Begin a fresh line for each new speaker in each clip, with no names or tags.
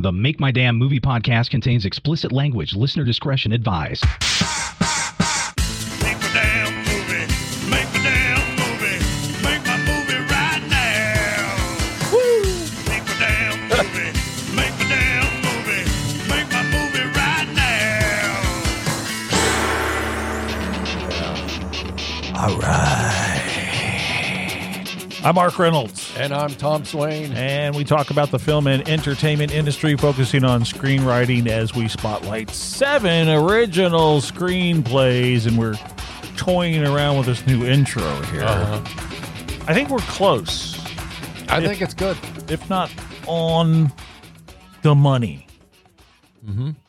The Make My Damn Movie podcast contains explicit language. Listener discretion advised.
Make my damn movie. Make my damn movie. Make my movie right now. Make my damn movie. Make my damn movie. Make my movie right now.
I'm Mark Reynolds,
And I'm Tom Swain.
and we talk about the film and entertainment industry, focusing on screenwriting as we spotlight seven original screenplays, and we're toying around with this new intro here. I think we're close,
I think it's good.
if not on the money,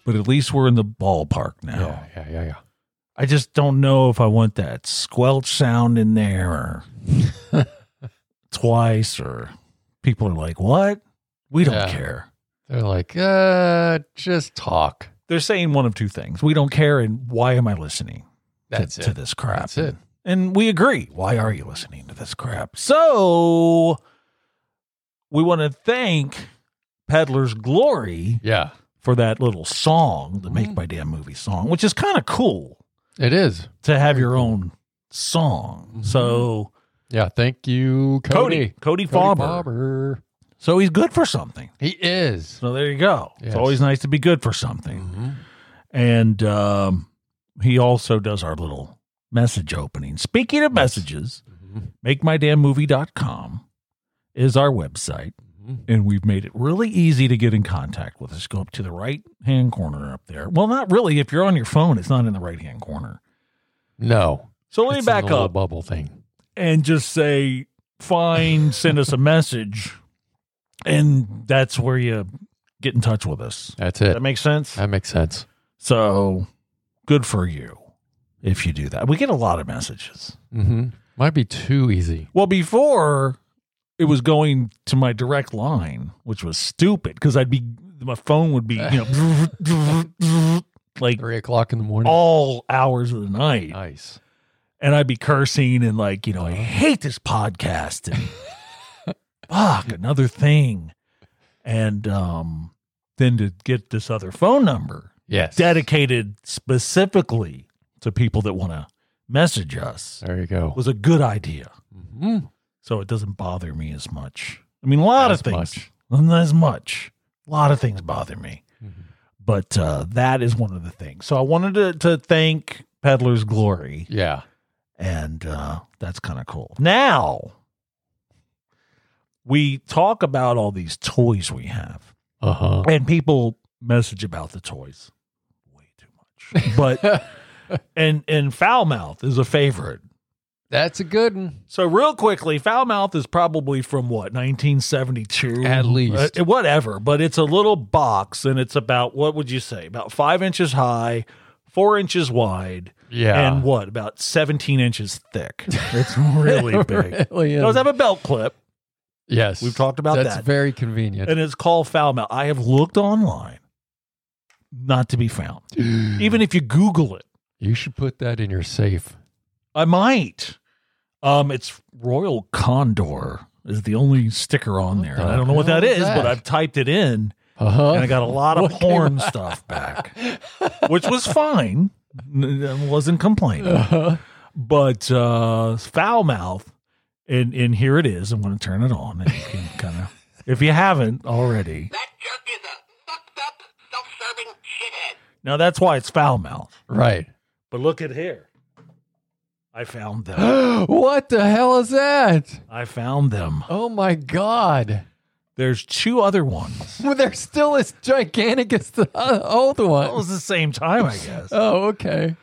but at least we're in the ballpark now.
yeah, yeah, yeah.
I just don't know if I want that squelch sound in there or twice, or people are like, what? We don't
Yeah.
care.
They're like, uh, just talk.
They're saying one of two things we don't care, and why am I listening to,
That's
to
it.
this crap?
That's it.
And we agree. Why are you listening to this crap? So we want to thank Peddler's Glory
Yeah,
for that little song, the
Mm-hmm.
Make My Damn Movie song, which is kind of cool
it is.
to have your own song.
Mm-hmm.
So.
Yeah, thank you, Cody.
Cody. Cody Faber.
Faber.
So he's good for something.
He is.
So there you go.
Yes.
It's always nice to be good for something. And um, he also does our little message opening. Speaking of messages, makemydamnmovie.com is our website.
Mm-hmm.
And we've made it really easy to get in contact with us. Go up to the right hand corner up there. Well, not really. If you're on your phone, it's not in the right hand corner.
No,
So let me
It's in
back
the little
up
Bubble thing.
and just say, fine, send us a message. And that's where you get in touch with us.
That's it.
That makes sense.
That makes sense.
So good for you if you do that. We get a lot of messages.
Mm-hmm. Might be too easy.
Well, before it was going to my direct line, which was stupid because I'd be, my phone would be, you know, like
Three o'clock in the morning.
all hours of the night.
nice.
and I'd be cursing and like, you know,
Uh-huh.
I hate this podcast and fuck another thing. And um then to get this other phone number
Yes.
dedicated specifically to people that want to message us
There you go.
was a good idea.
Mm-hmm.
So it doesn't bother me as much. I mean, a lot
As
of things,
much.
not as much. A lot of things bother me,
Mhm.
but uh, that is one of the things. So I wanted to, to thank Peddler's Glory
Yeah.
and uh, that's kind of cool. Now, we talk about all these toys we have,
Uh huh.
and people message about the toys way too much. But and and foul mouth is a favorite.
That's a good one.
So real quickly, foul mouth is probably from what 1972,
At least.
Uh, whatever. But it's a little box, and it's about what would you say about five inches high, four inches wide,
Yeah.
and what about 17 inches thick? It's really big.
Really
It
is.
does have a belt clip,
Yes.
We've talked about
That's
that.
very convenient.
and it's called foul mouth. I have looked online, not to be found. Even if you Google it,
you should put that in your safe.
I might. Um, it's Royal Condor is the only sticker on there.
the
And I don't know what
hell
that
is
is,
that?
but I've typed it in,
Uh huh.
and I got a lot of
What came
porn stuff back, which was fine. N- I wasn't complaining.
Uh-huh.
but uh foul mouth and and here it is i'm going to turn it on and you can kind of if you haven't already
That jerk is a fucked up, self-serving shithead.
now that's why it's foul mouth
Right.
but look at here i found them
what the hell is that?
i found them
Oh my god.
there's two other ones
Well, they're still as gigantic as the uh, old
that was
one.
the same time i guess
Oh, okay.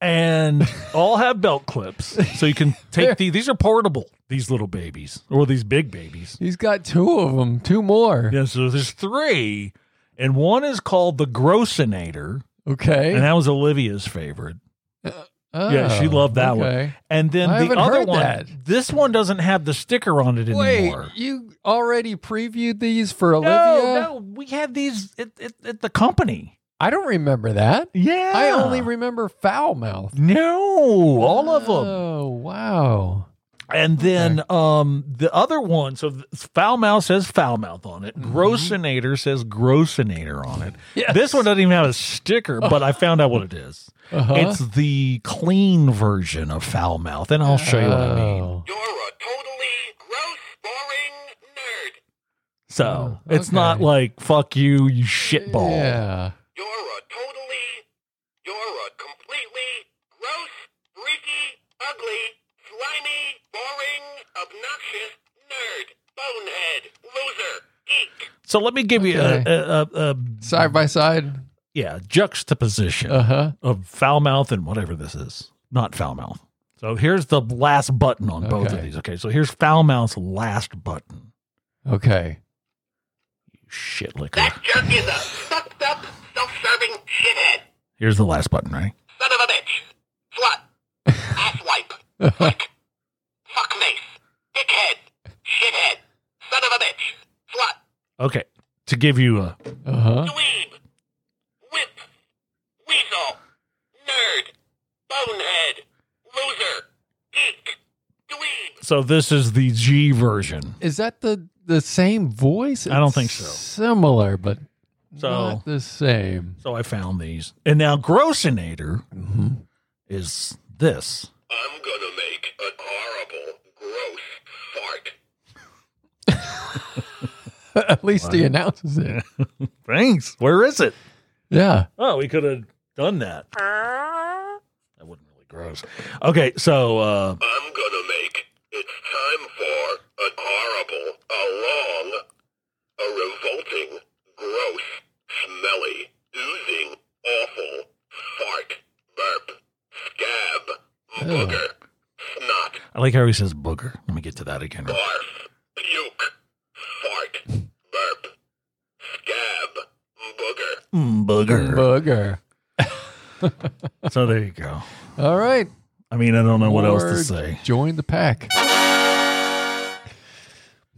and all have belt clips so you can take these these are portable these little babies or these big babies
He's got two of them. Two more.
yeah so there's three and one is called the grossinator and
Okay.
that was olivia's favorite
Oh,
Yeah, she loved that one.
okay.
And then
I
the
haven't
other
heard
one,
that.
this one doesn't have the sticker on it
Wait,
anymore.
you already previewed these for Olivia?
No, no, we had these at, at, at the company.
I don't remember that.
Yeah,
I only remember foul mouth.
no, all of them.
Oh wow.
And then um, the other one, so th- foul mouth says foul mouth on it. Grossinator says grossinator on it.
Mm-hmm. Yes.
This one doesn't even have a sticker, but I found out what it is.
Uh-huh.
It's the clean version of foul mouth, and I'll show you what I mean.
Oh.
You're a totally gross, boring nerd.
So
Oh,
it's not
okay.
like fuck you, you shitball.
Yeah.
You're a totally, you're a completely gross, freaky, ugly, slimy, boring, obnoxious nerd, bonehead, loser, geek.
So let me give you a,
Okay.
a, a, a
Side by side.
yeah juxtaposition
Uh huh.
of foul mouth and whatever this is, not foul mouth. So here's the last button on both of
Okay.
these. Okay, so here's foul mouth's last button.
Okay.
You shit liquor.
That jerk is a sucked up, self-serving shithead.
Here's the last button, right?
Son of a bitch. Slut. Asswipe. Flick. Fuckface. Dickhead. Shithead. Son of a bitch. Slut.
Okay. To give you a
Uh
Uh-huh.
huh.
Dweeb. Whip. Weasel. Nerd. Bonehead. Loser. Geek. Dweeb.
so this is the G version.
Is that the the same voice?
I don't
It's
think so.
Similar, but
So-
not the same.
So I found these. And now Grossinator
hmm
is this.
I'm gonna make an horrible, gross fart.
At least he announces it.
Thanks. Where is it?
Yeah.
Oh, we could have done that. That wouldn't really gross. Okay, so uh
I'm gonna make it's time for an horrible, a long, a revolting, gross, smelly, oozing, awful, fart, burp, scab, booger, snot,
I like how he says booger. Let me get to that again.
barf, puke, fart, burp, scab, booger.
Mm, booger.
Booger.
So there you go.
All right.
I mean, I don't know what else to
Or
say.
Join the pack.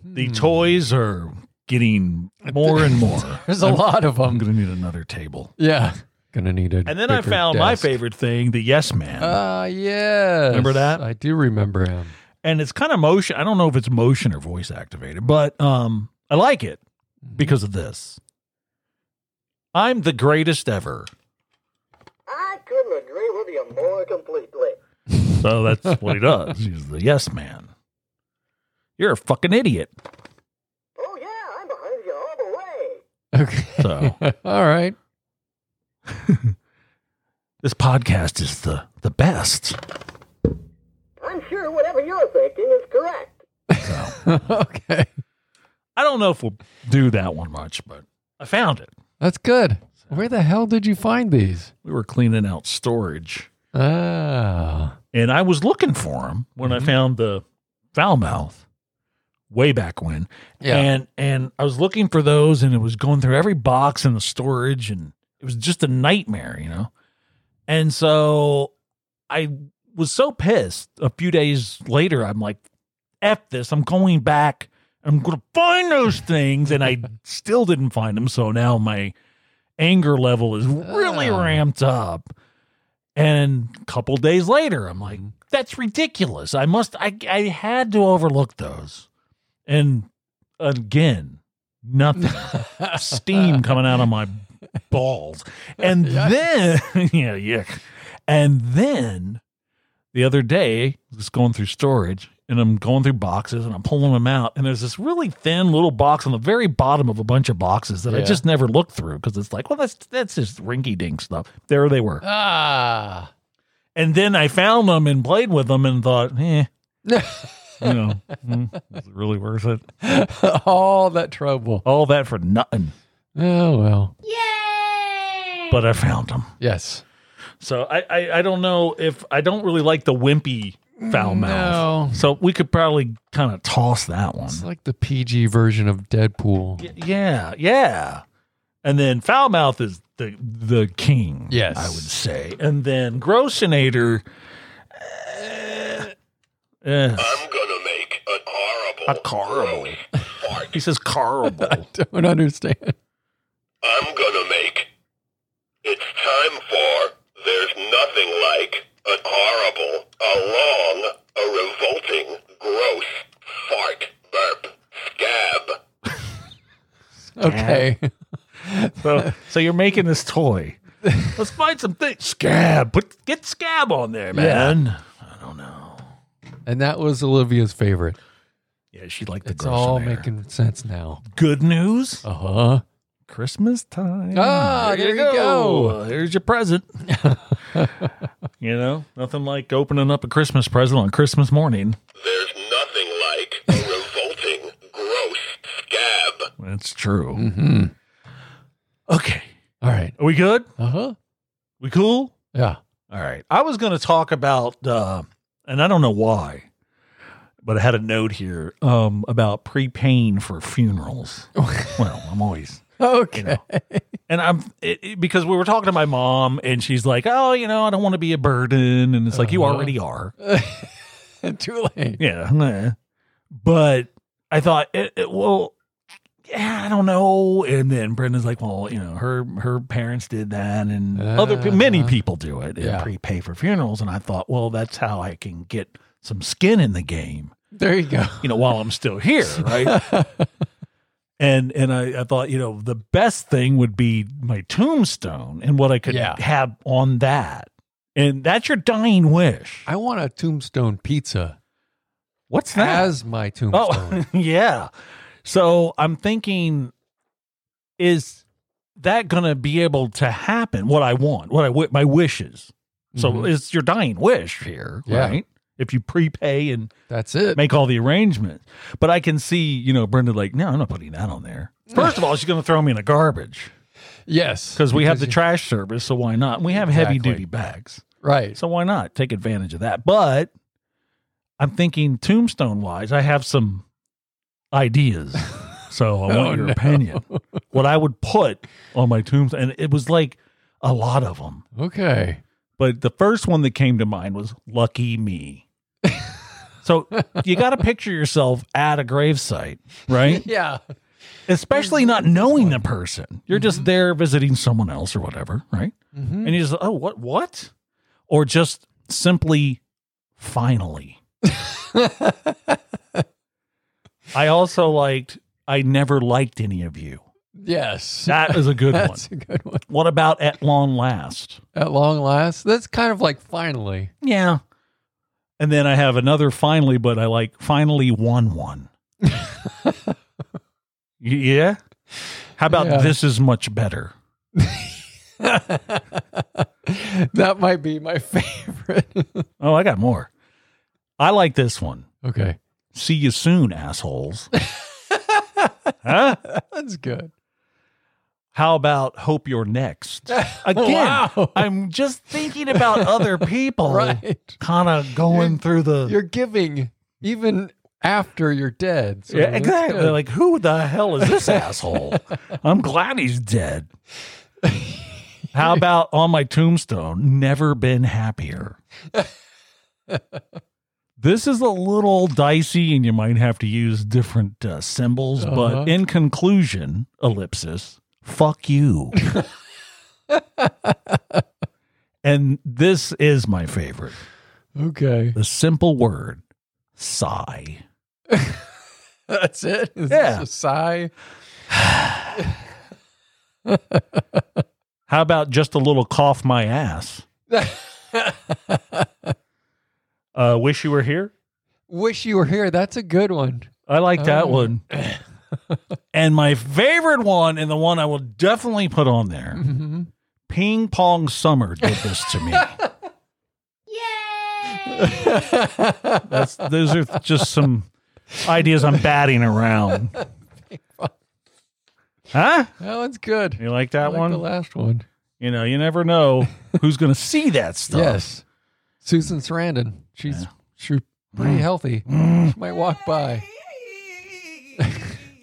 The toys are getting more and more.
There's a
I'm-
lot of
I'm
them.
gonna need another table.
Yeah. Gonna need a.
And then I
bigger
found my
desk.
favorite thing, the Yes Man.
Ah, yes.
Remember that?
I do remember him.
and it's kind of motion. I don't know if it's motion or voice activated, but um, I like it because of this. I'm the greatest ever.
I couldn't agree with you more completely.
So that's what he does. He's the yes man. You're a fucking idiot.
Oh yeah, I'm behind you all the way.
Okay.
So
All right.
this podcast is the the best.
I'm sure whatever you're thinking is correct.
okay.
I don't know if we'll do that one much, but I found it.
That's good. Where the hell did you find these?
We were cleaning out storage,
Ah.
and I was looking for him when I found the foul mouth way back when. And and I was looking for those and it was going through every box in the storage and it was just a nightmare, you know. And so I was so pissed a few days later I'm like F this, I'm going back. I'm going to find those things and I still didn't find them, so now my anger level is really
Oh.
ramped up. And a couple days later I'm like that's ridiculous. I must I I had to overlook those. And again, nothing. Steam coming out of my balls. And then yeah, yuck. And then the other day, just going through storage and I'm going through boxes and I'm pulling them out. And there's this really thin little box on the very bottom of a bunch of boxes that I
Yeah.
just never look through because it's like, well, that's that's just rinky dink stuff. There they were.
Ah.
And then I found them and played with them and thought, eh, you know, mm, is it really worth it?
All that trouble.
All that for nothing.
Oh well.
But I found them.
Yes.
So I, I, I don't know if I don't really like the wimpy foul mouth.
No.
So we could probably kind of toss that one.
It's like the PG version of Deadpool.
Y- yeah, yeah. And then foul mouth is the the king.
Yes.
I would say. And then grossinator. Uh,
I'm gonna make an horrible.
A horrible.
gross fart.
he says carble.
Don't understand.
I'm gonna make. It's time for. There's nothing like an horrible, a long, a A revolting, gross fart, burp, scab.
Okay.
So, so you're making this toy. Let's find some things. Scab. Put get scab on there, man. I don't know.
and that was Olivia's favorite.
Yeah, she liked the
It's
gross
all
in there.
making sense now.
good news.
Uh huh.
Christmas time.
Ah, there you go.
Uh, Here's your present. you know, nothing like opening up a Christmas present on Christmas morning.
There's nothing like a revolting, gross scab.
That's true.
Mm-hmm.
Okay.
All right.
Are we good?
Uh huh.
We cool?
Yeah.
All right. I was going to talk about, uh, and I don't know why, but I had a note here um, about prepaying for funerals. well, I'm always,
Okay.
and I'm it, it- because we were talking to my mom, and she's like, "Oh, you know, I don't want to be a burden," and it's like you
Uh-huh.
already are.
Too late.
Yeah. nah. But I thought, it, it- well, yeah, I don't know. And then Brenda's like, well, you know, her her parents did that, and other pe- many
Uh-huh.
people do it and
Yeah.
prepay for funerals. And I thought, well, that's how I can get some skin in the game,
There you go.
you know, while I'm still here, right? and and I, I thought, you know, the best thing would be my tombstone and what I could
Yeah.
have on that. And that's your dying wish.
I want a tombstone pizza
What's
as my tombstone.
Ah. Oh, yeah. So I'm thinking, is that going to be able to happen? What I want, what I wi- my wishes. So
Mhm.
it's your dying wish here,
Yeah.
right? If you prepay and
That's it.
make all the arrangements. But I can see, you know, Brenda like, no, I'm not putting that on there. First of all, she's going to throw me in the garbage
Yes.
because we have the
you-
trash service. So why not? We have heavy
Exactly.
duty bags.
Right.
So why not take advantage of that? But I'm thinking tombstone wise, I have some ideas. So I
Oh,
want your
no.
opinion. What I would put on my tombstone, and it was like a lot of them.
Okay.
But the first one that came to mind was lucky me. so you got to picture yourself at a gravesite, right?
Yeah.
Especially not knowing the person. You're
Mm-hmm.
just there visiting someone else or whatever, right?
Mhm.
and you just oh what what or just simply finally i also liked i never liked any of you
yes.
that is a good one
That's a good one.
what about at long last
At long last, that's kind of like finally.
yeah and then i have another finally but i like finally won one Y- yeah how about
Yeah.
this is much better
that might be my favorite.
oh i got more i like this one
okay.
see you soon assholes huh
That's good.
How about hope you're next? Again,
Wow.
I'm just thinking about other people
Right.
kind of going
You're-
through the.
You're giving even after you're dead. So
yeah,
that's
exactly.
good.
Like, who the hell is this asshole? I'm glad he's dead. How about on my tombstone, never been happier? This is a little dicey, and you might have to use different uh, symbols.
Uh-huh.
But in conclusion, ellipsis, fuck you. and this is my favorite
okay.
the simple word sigh.
That's it. Is
Yeah.
this a sigh?
How about just a little cough my ass? Uh, wish you were here.
Wish you were here. That's a good one.
I like that
Oh.
one. and my favorite one, and the one I will definitely put on there,
Mhm.
Ping Pong Summer did this to me. That's those are just some ideas I'm batting around. Huh?
That one's good.
You like
I
that
like
one?
The last one.
You know, you never know who's going to see that stuff.
Yes. Susan Sarandon. She's she's pretty
Mm.
healthy. She might walk by.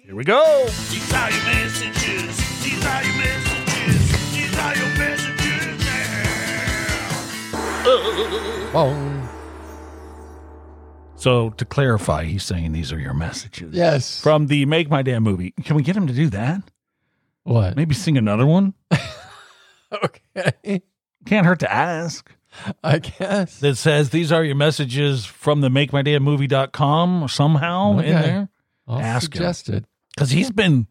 Here we go.
These are your messages. These are your messages. These are your messages now.
Oh,
So to clarify, he's saying these are your messages.
yes.
From the Make My Damn movie. Can we get him to do that?
what?
Maybe sing another one?
Okay.
Can't hurt to ask.
I guess.
that says these are your messages from the make my day movie.com somehow in
Okay.
there
I'll
ask him.
suggest it.
because he's been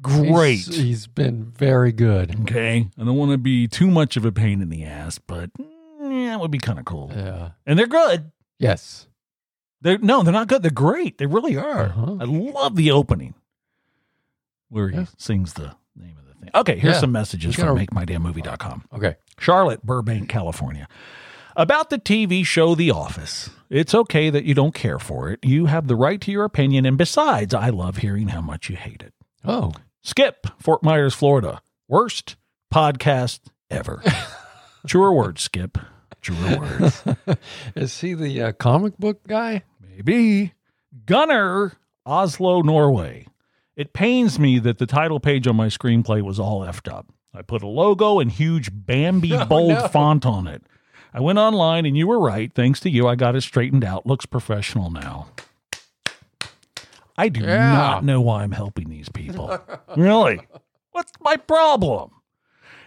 great.
He's- he's been very good.
okay. I don't want to be too much of a pain in the ass, but mm, yeah, it would be kind of cool.
Yeah.
And they're good.
Yes.
They're no, they're not good. They're great. They really are.
Uh-huh.
I love the opening where he
Yeah.
sings the name of the thing. Okay, here's
Yeah.
some messages
You gotta-
from makemydamnmovie.com.
Okay.
Charlotte, Burbank, California. About the TV show The Office. It's okay that you don't care for it. You have the right to your opinion. And besides, I love hearing how much you hate it.
Oh.
Skip, Fort Myers, Florida. Worst podcast ever. Truer words, Skip. Truer words.
Is he the uh, comic book guy?
Maybe. Gunner, Oslo, Norway. It pains me that the title page on my screenplay was all effed up. I put a logo and huge Bambi
No,
bold
Oh, no.
font on it. I went online and you were right. Thanks to you, I got it straightened out. Looks professional now. I do
Yeah.
not know why I'm helping these people. really? What's my problem?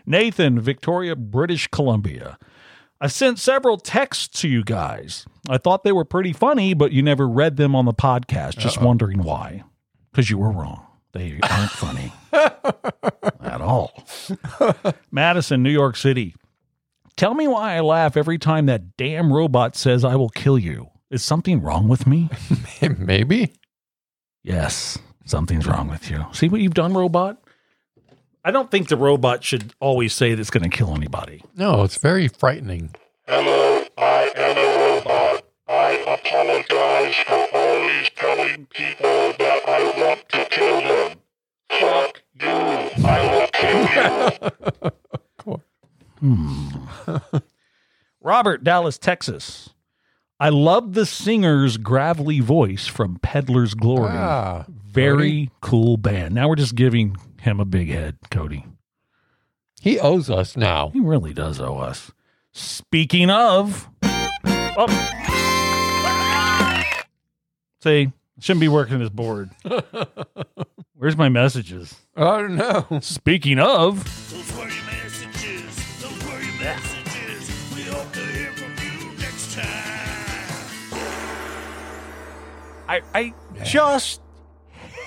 Nathan, Victoria, British Columbia. I sent several texts to you guys. I thought they were pretty funny, but you never read them on the podcast. Just wondering why. Because you were wrong. They aren't funny at all. Madison, New York City. Tell me why I laugh every time that damn robot says, I will kill you. Is something wrong with me?
Maybe.
Yes, something's wrong with you. See what you've done, robot? I don't think the robot should always say that's going to kill anybody.
No, it's very frightening.
Hello, I am a robot. I apologize for always telling people that I want to kill them. Fuck you, I will kill you.
Robert, Dallas, Texas. I love the singer's gravelly voice from Peddler's Glory.
Ah,
Very cool band. Now we're just giving him a big head, Cody.
he owes us now.
He really does owe us. Speaking of. Oh. See, shouldn't be working this board. Where's my messages?
Oh no.
Speaking of.
Those were your messages. Those were your messages. We hope to hear from you next time.
I, I just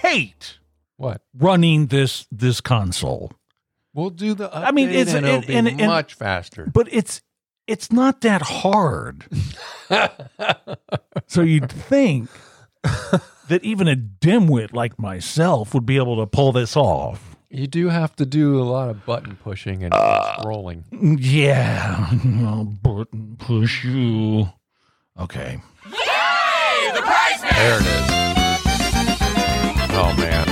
hate
What?
running this this console.
We'll do the. Update
I mean, it's-
and it'll
and-
be
and- and-
much faster.
But it's it's not that hard. so you'd think that even a dimwit like myself would be able to pull this off.
You do have to do a lot of button pushing and
Ah.
scrolling.
Yeah, I'll button push you. Okay.
There it is. Oh man.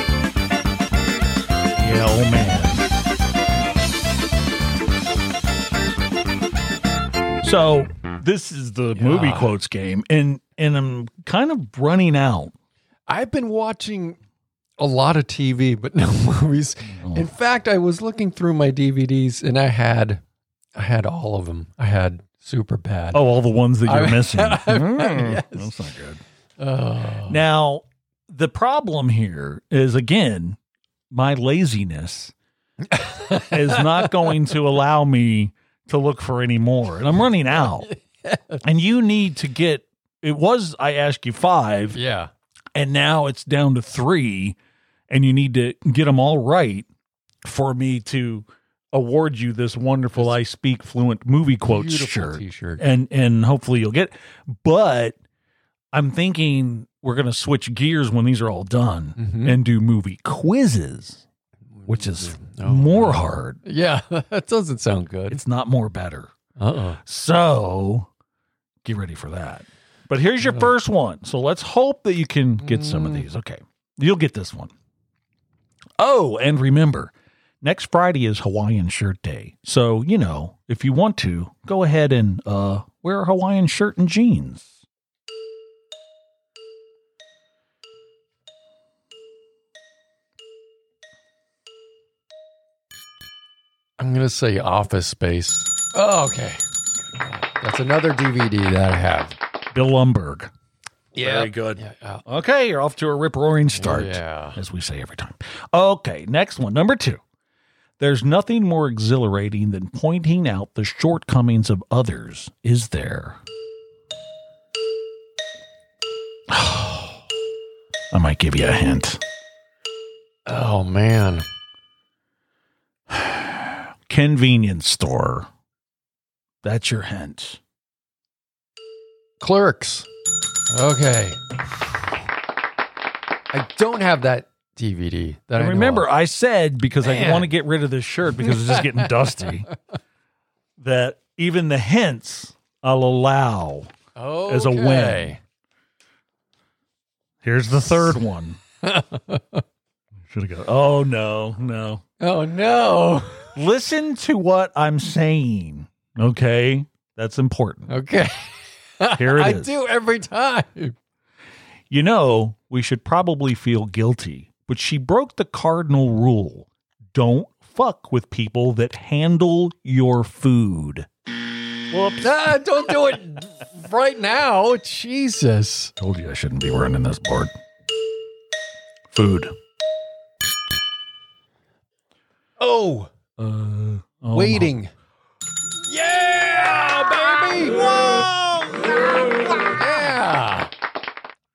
Yeah, oh man. So this is the movie
Yeah.
quotes game, and and I'm kind of running out.
I've been watching a lot of TV, but no movies.
Oh.
In fact, I was looking through my DVDs and I had, I had all of them. I had super bad.
Oh, all the ones that you're
I-
missing.
I-
Mm,
yes.
That's not good.
Oh.
Now the problem here is again my laziness is not going to allow me to look for any more, and I'm running out. And you need to get. It was I asked you five.
yeah.
and now it's down to three, and you need to get them all right for me to award you this wonderful "I Speak Fluent" movie quotes
Beautiful
shirt,
T-shirt.
and and hopefully you'll get. But I'm thinking we're gonna switch gears when these are all done
Mhm.
and do movie quizzes, which is more hard.
Yeah, that doesn't sound good.
It's not more better.
Uh-uh.
So get ready for that. But here's your first one. So let's hope that you can get some of these. Okay. You'll get this one. Oh, and remember, next Friday is Hawaiian shirt day. So, you know, if you want to, go ahead and uh wear a Hawaiian shirt and jeans.
I'm gonna say Office Space. Oh, okay. That's another DVD that I have.
Bill Lumberg.
Yeah, very good. Yeah, uh,
Okay, you're off to a rip roaring start.
Yeah.
As we say every time. Okay, next one. Number two. There's nothing more exhilarating than pointing out the shortcomings of others, is there? I might give you a hint.
Oh man.
Convenience store. That's your hint.
Clerks. Okay. I don't have that DVD. That I
And
know
remember, I said because I
Man.
want to get rid of this shirt because it's just getting dusty. That even the hints I'll allow.
of.
as a win.
Okay.
Here's the third one. Should have got. Oh no, no.
Oh no.
Listen to what I'm saying. Okay, that's important.
Okay.
Here it
I
is.
do every time.
You know, we should probably feel guilty, but she broke the cardinal rule: don't fuck with people that handle your food.
Ah, don't do it right now. Jesus.
Told you I shouldn't be running this board. Food.
Oh,
Uh, oh
waiting. Yeah, baby. Yeah.
my-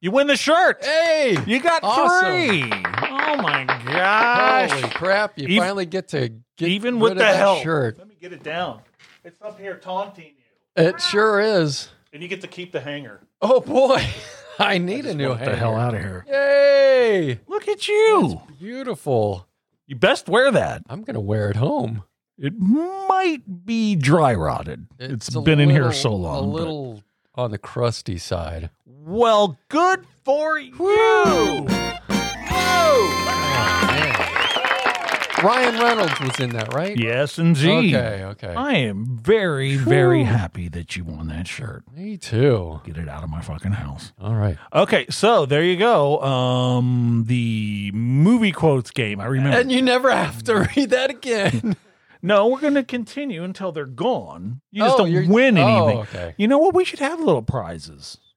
You win the shirt.
Hey.
You got
Awesome.
three. Oh my gosh.
Holy crap! You
Ev-
finally get to get
even
rid
with
of
the
that
help.
shirt.
Let me get it down. It's up here taunting you,
It sure is.
and you get to keep the hanger.
Oh boy, I need a new hanger.
out of here!
Yay!
Look at you.
Beautiful.
You best wear that.
I'm gonna wear it home.
It might be dry rotted. it's
a
been in here
little-
so long.
A
but-
little on the crusty side. Oh,
Well, good for you.
Ryan Reynolds was in that, right?
Yes, indeed.
Okay. Okay.
I am very, very happy that you won that shirt.
Me too.
Get it out of my fucking house.
All right.
Okay, so there you go. Um, the movie quotes game. I remember.
And you never have to read that again.
No, we're going to continue until they're gone. You just
Oh,
don't
you're-
win
oh,
anything.
okay. Oh.
You know what? We should have little prizes.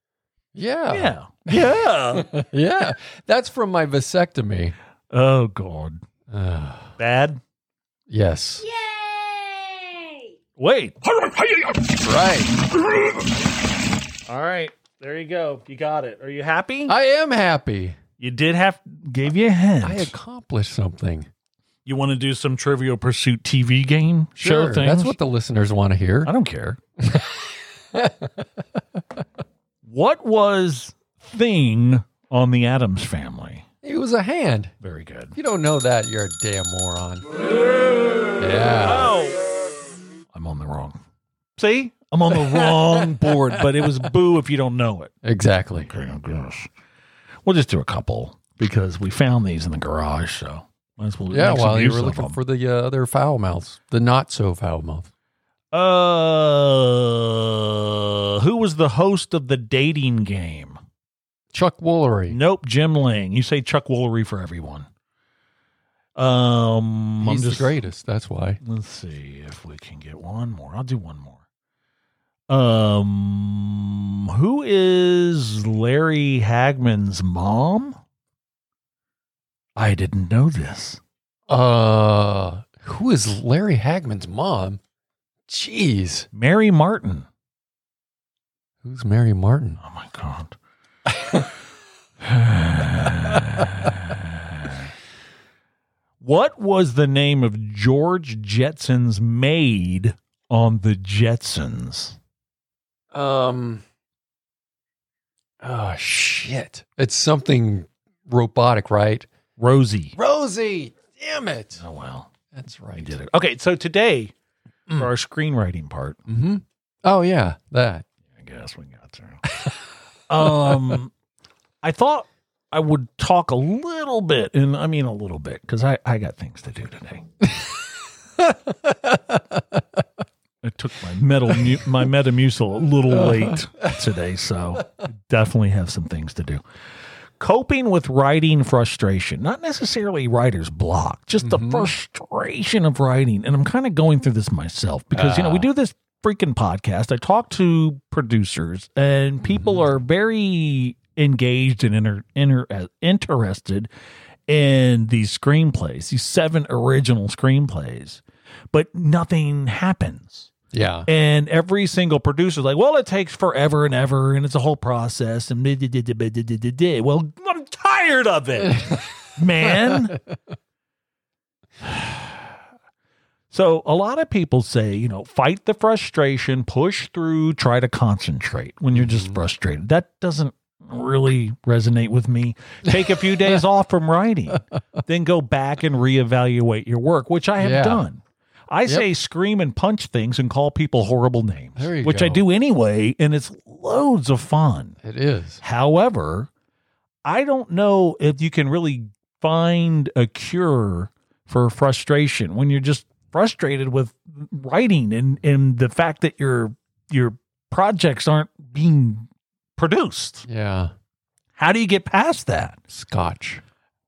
Yeah.
Yeah. Yeah.
Yeah. yeah. That's from my vasectomy.
oh, God.
Uh,
Bad.
yes.
Wait.
Right.
All right. There you go. You got it. Are you happy?
I am happy.
you did have, gave you a hint.
I accomplished something.
you want to do some Trivial Pursuit TV game show thing?
That's what the listeners want to hear.
I don't care. what was thing on the Adams family?
It was a hand.
Very good.
If you don't know that, you're a damn moron. Yeah. Oh.
I'm on the wrong. See? I'm on the wrong board, but it was boo if you don't know it.
Exactly.
We'll just do a couple because we found these in the garage, so might as well.
Yeah,
make some
while you
use
were
of
looking
them.
for the uh, other foul mouths, the not so foul mouth.
Uh, who was the host of the dating game?
Chuck Woolery.
Nope, Jim Lang. You say Chuck Woolery for everyone. Um, I'm
He's
just
the greatest. That's why.
Let's see if we can get one more. I'll do one more. Um, who is Larry Hagman's mom? I didn't know this.
Uh, who is Larry Hagman's mom? Jeez.
Mary Martin.
Who's Mary Martin?
Oh my god. what was the name of George Jetson's maid on the Jetsons?
Um. Oh shit! It's something robotic, right?
Rosie.
Rosie. Damn it.
Oh well.
That's right.
I did it. Okay, so today
Mm.
for our screenwriting part,
Mm-hmm. Oh yeah, that.
I guess we got through. um, I thought I would talk a little bit, and I mean a little bit, because I I got things to do today. I took my metal mu- my Metamucil a little late today, so definitely have some things to do. Coping with writing frustration, not necessarily writer's block, just the
Mhm.
frustration of writing. And I'm kind of going through this myself because, you know, we
Ah.
do this freaking podcast. I talk to producers, and people
Mhm.
are very engaged and inter- inter- uh, interested in these screenplays, these seven original screenplays, but nothing happens.
Yeah.
And every single producer's like, well, it takes forever and ever, and it's a whole process. And da- da- da- da- da- da- da- da." well, I'm tired of it, man. So a lot of people say, you know, fight the frustration, push through, try to concentrate when you're
Mm-hmm.
just frustrated. That doesn't really resonate with me. Take a few days off from writing, then go back and reevaluate your work, which I have
Yeah.
done. I say scream and punch things and call people horrible names,
There you
which I
go.
do anyway, and it's loads of fun.
It is.
However, I don't know if you can really find a cure for frustration when you're just frustrated with writing and and the fact that your your projects aren't being produced.
Yeah.
How do you get past that?
Scotch.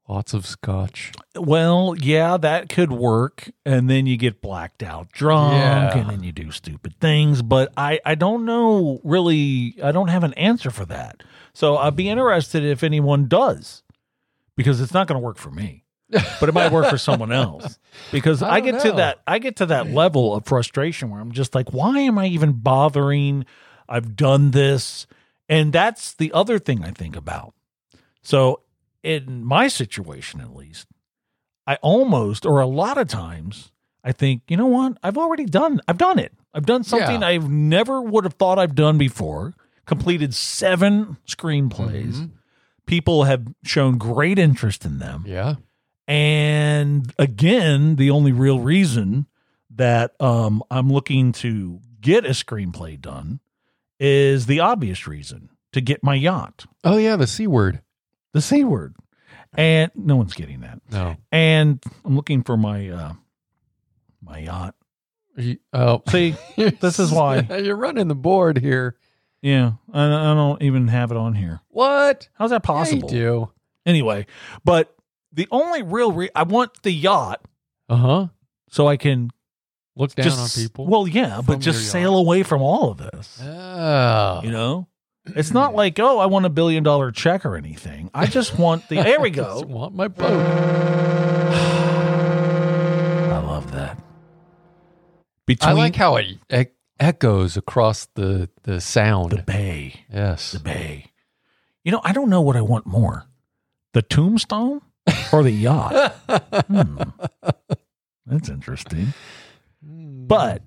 Lots of scotch.
Well, yeah, that could work. And then you get blacked out drunk
Yeah.
and then you do stupid things. But I, I don't know really, I don't have an answer for that. So I'd be interested if anyone does because it's not going to work for me. but it might work for someone else because
I
I,
don't
get to
know.
that I get to that level of frustration where I'm just like why am I even bothering I've done this and that's the other thing I think about so in my situation at least I almost or a lot of times I think you know what I've already done I've done it I've done something
Yeah.
I've never would have thought I've done before completed 7 screenplays
Mhm.
people have shown great interest in them
Yeah.
and again, the only real reason that um, I'm looking to get a screenplay done is the obvious reason to get my yacht,
Oh yeah, the C word.
the C word. And no one's getting that.
No.
And I'm looking for my uh, my yacht.
You- Oh.
See, This is why.
You're running the board here.
yeah, I, I don't even have it on here.
What?
How's that
Yeah, you
possible?
do.
Anyway, but the only real re- I want the yacht
Uh-huh.
so I can
Look down
just
on people.
Well, yeah,
from
but
your yacht.
just sail away from all of this.
Oh.
You know, it's not like oh, I want a billion dollar check or anything. I just want the. There we
Just
go.
want my boat.
I love that. Between
I like how it e- echoes across the the sound.
the bay,
yes.
the bay. You know, I don't know what I want more: the tombstone or the yacht. Hmm. That's interesting.
Hmm.
But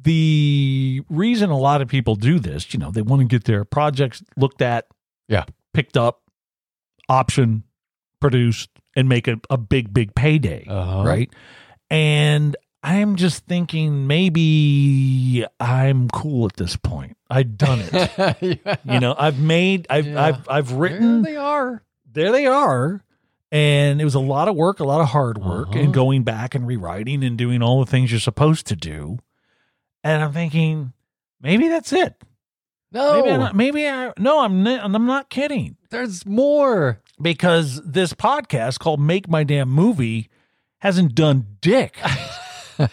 the reason a lot of people do this, you know, they want to get their projects looked at,
Yeah.
picked up, option, produced, and make a, a big, big payday.
Uh-huh.
Right. And I'm just thinking maybe I'm cool at this point. I've done it.
Yeah.
you know, I've made I've
Yeah.
I've I've
There
written
they are.
there they are. And it was a lot of work, a lot of hard work,
Uh-huh.
and going back and rewriting and doing all the things you're supposed to do. And I'm thinking, maybe that's it.
No.
Maybe, I, maybe I, no, I'm not, and I'm not kidding
There's more.
because this podcast called Make My Damn Movie hasn't done dick.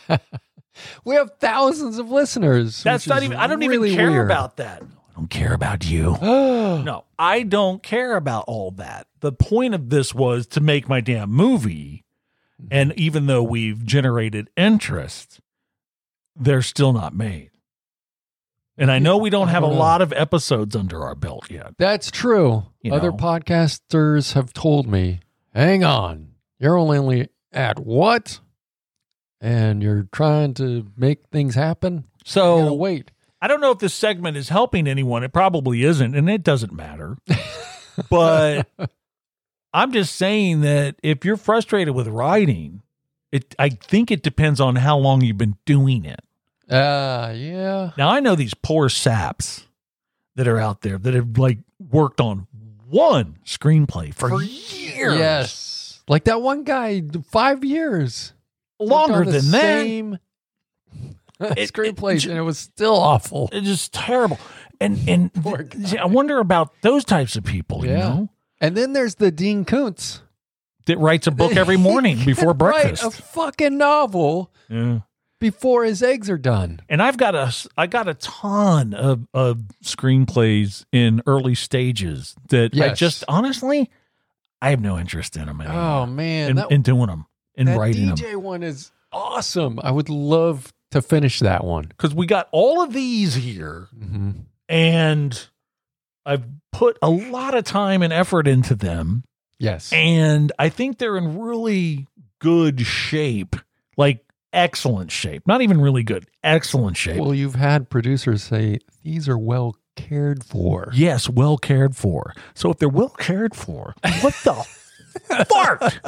We have thousands of listeners.
That's
which
not
is
even, I don't
really
even care
weird.
about that. I don't care about you.
no.
No, I don't care about all that. The point of this was to make my damn movie.
Mm-hmm.
And even though we've generated interest, they're still not made. And I know we don't
I
have a
don't know.
lot of episodes under our belt yet.
That's true.
You
Other
know.
podcasters have told me, hang on, you're only, only at what? And you're trying to make things happen? You gotta
So
wait.
I don't know if this segment is helping anyone. It probably isn't, and it doesn't matter. but I'm just saying that if you're frustrated with writing, it I think it depends on how long you've been doing it.
Uh, yeah.
Now I know these poor saps that are out there that have like worked on one screenplay for, years.
Yes. Like that one guy, five years.
Longer than that.
that.
it-
Screenplays,
it-
and it was still awful.
It's just terrible. And and
Poor
see, I wonder about those types of people, you
Yeah.
know,
And then there's the Dean Koontz.
that writes a book every morning before
Write
breakfast.
a fucking novel
yeah.
before his eggs are done.
And I've got a I got a ton of of screenplays in early stages that I
Yes.
just honestly I have no interest in them
Oh
anymore.
man,
in,
that,
in doing them, in
that
writing them.
DJ one is awesome. I would love to finish that one.
Because we got all of these here,
Mm-hmm.
and I've put a lot of time and effort into them.
Yes.
and I think they're in really good shape, like excellent shape. Not even really good, excellent shape.
Well, you've had producers say these are well cared for.
yes, well cared for. So if they're well cared for, what the fart?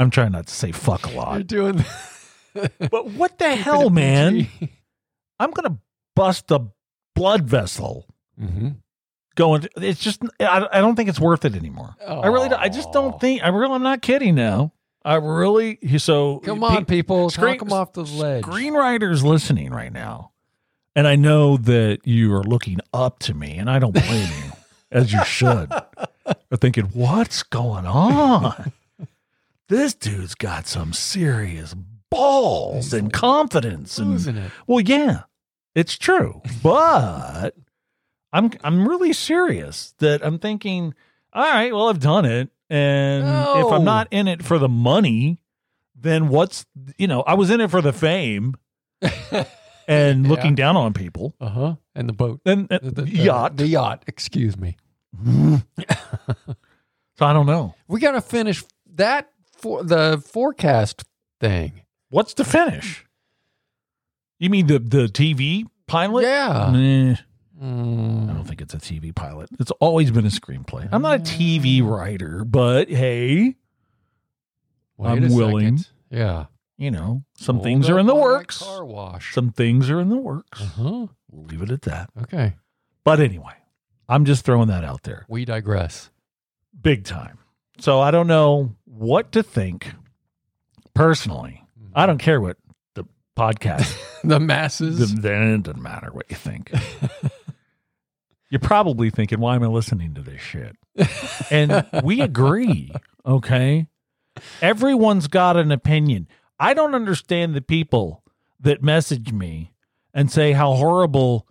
I'm trying not to say fuck a
You're
lot,
doing
but what the hell, man? I'm gonna bust a blood vessel
mm-hmm.
going. It's just I, I don't think it's worth it anymore. I really, don't, I just don't think. I really, I'm not kidding now. I really. So
Come on, people,
screen-
talk them off the ledge.
Screenwriters listening right now, and I know that you are looking up to me, and I don't blame you, as you should. Are thinking, what's going on? This dude's got some serious balls and confidence, and
Losing it.
well, yeah, it's true, but I'm I'm really serious that I'm thinking, all right, well, I've done it, and if I'm
No.
not in it for the money, then what's you know I was in it for the fame and
Yeah.
looking down on people.
Uh huh. And the boat,
Then uh,
the, the- the-
yacht.
the yacht. Excuse me.
so I don't know.
We gotta finish that for the forecast thing.
What's the finish? You mean the the TV pilot?
yeah.
Nah, I
Mm.
don't think it's a TV pilot. It's always been a screenplay. I'm not a TV writer, but hey,
Wait
I'm
a second.
willing.
Yeah.
you know, some
Hold
things are
up
in the
on that
works.
Car wash.
Some things are in the works.
uh-huh.
We'll leave it at that.
Okay.
But anyway, I'm just throwing that out there.
We digress.
big time. So I don't know what to think personally.
Hmm.
I don't care what the podcast,
The
the,
masses.
then it doesn't matter what you think. You're probably thinking, why am I listening to this shit? And we agree, okay? Everyone's got an opinion. I don't understand the people that message me and say how horrible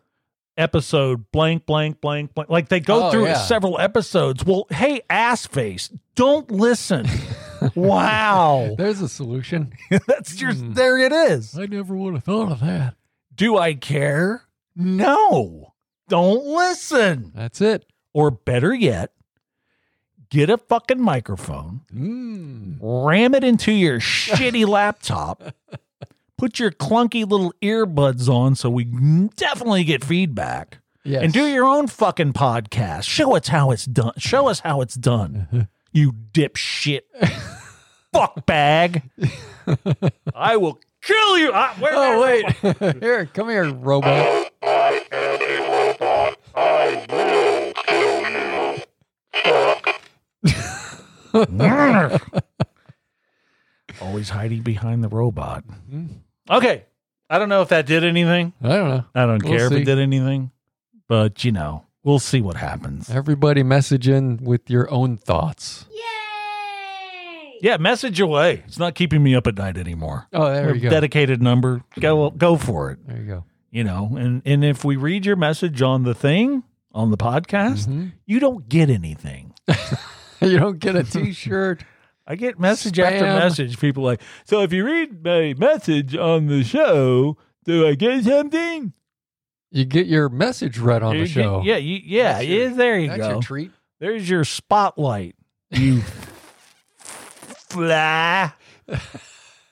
episode blank blank blank blank like they go
Oh,
through
yeah.
several episodes well hey ass face don't listen wow
There's a solution.
that's your
Hmm.
there it is
I never would have thought of that.
do i care no don't listen
That's it.
or better yet get a fucking microphone
Mm.
ram it into your shitty laptop, put your clunky little earbuds on so we definitely get feedback,
Yes.
and do your own fucking podcast. Show us how it's done. Show us how it's done, you dipshit fuck bag. I will kill you. I, where-
Oh wait. here, come here, robot.
I am a robot. I will kill you.
Always hiding behind the robot. Mm-hmm. Okay. I don't know if that did anything.
I don't know.
I don't
We'll
care if
see.
it did anything, but you know, we'll see what happens.
Everybody message in with your own thoughts.
Yeah, message away. It's not keeping me up at night anymore.
Oh, there you go.
Dedicated number. Go go for it.
there you go.
You know, and and if we read your message on the thing on the podcast,
Mm-hmm.
you don't get anything.
You don't get a T-shirt.
I get message after
Spam.
message. People like, so if you read my message on the show, do I get something?
you get your message read on
You
the
get-
show.
yeah, you, yeah,
That's your-
yeah. There you
that's
go.
your treat.
There's your spotlight. You fly. I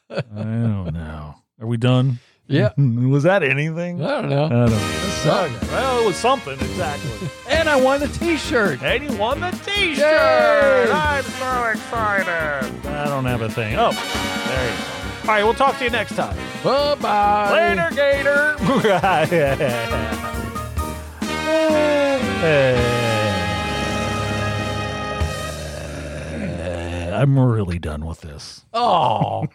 don't know. Are we done?
Yeah.
Was that anything?
I don't know.
I don't.
That sucked.
Well, it was something exactly.
And I won the T-shirt.
and he won the T-shirt.
Yay!
I'm so excited. I don't have a thing. Oh, there you go. All right, we'll talk to you next time.
Bye bye.
Later, Gator. I'm really done with this.
Oh.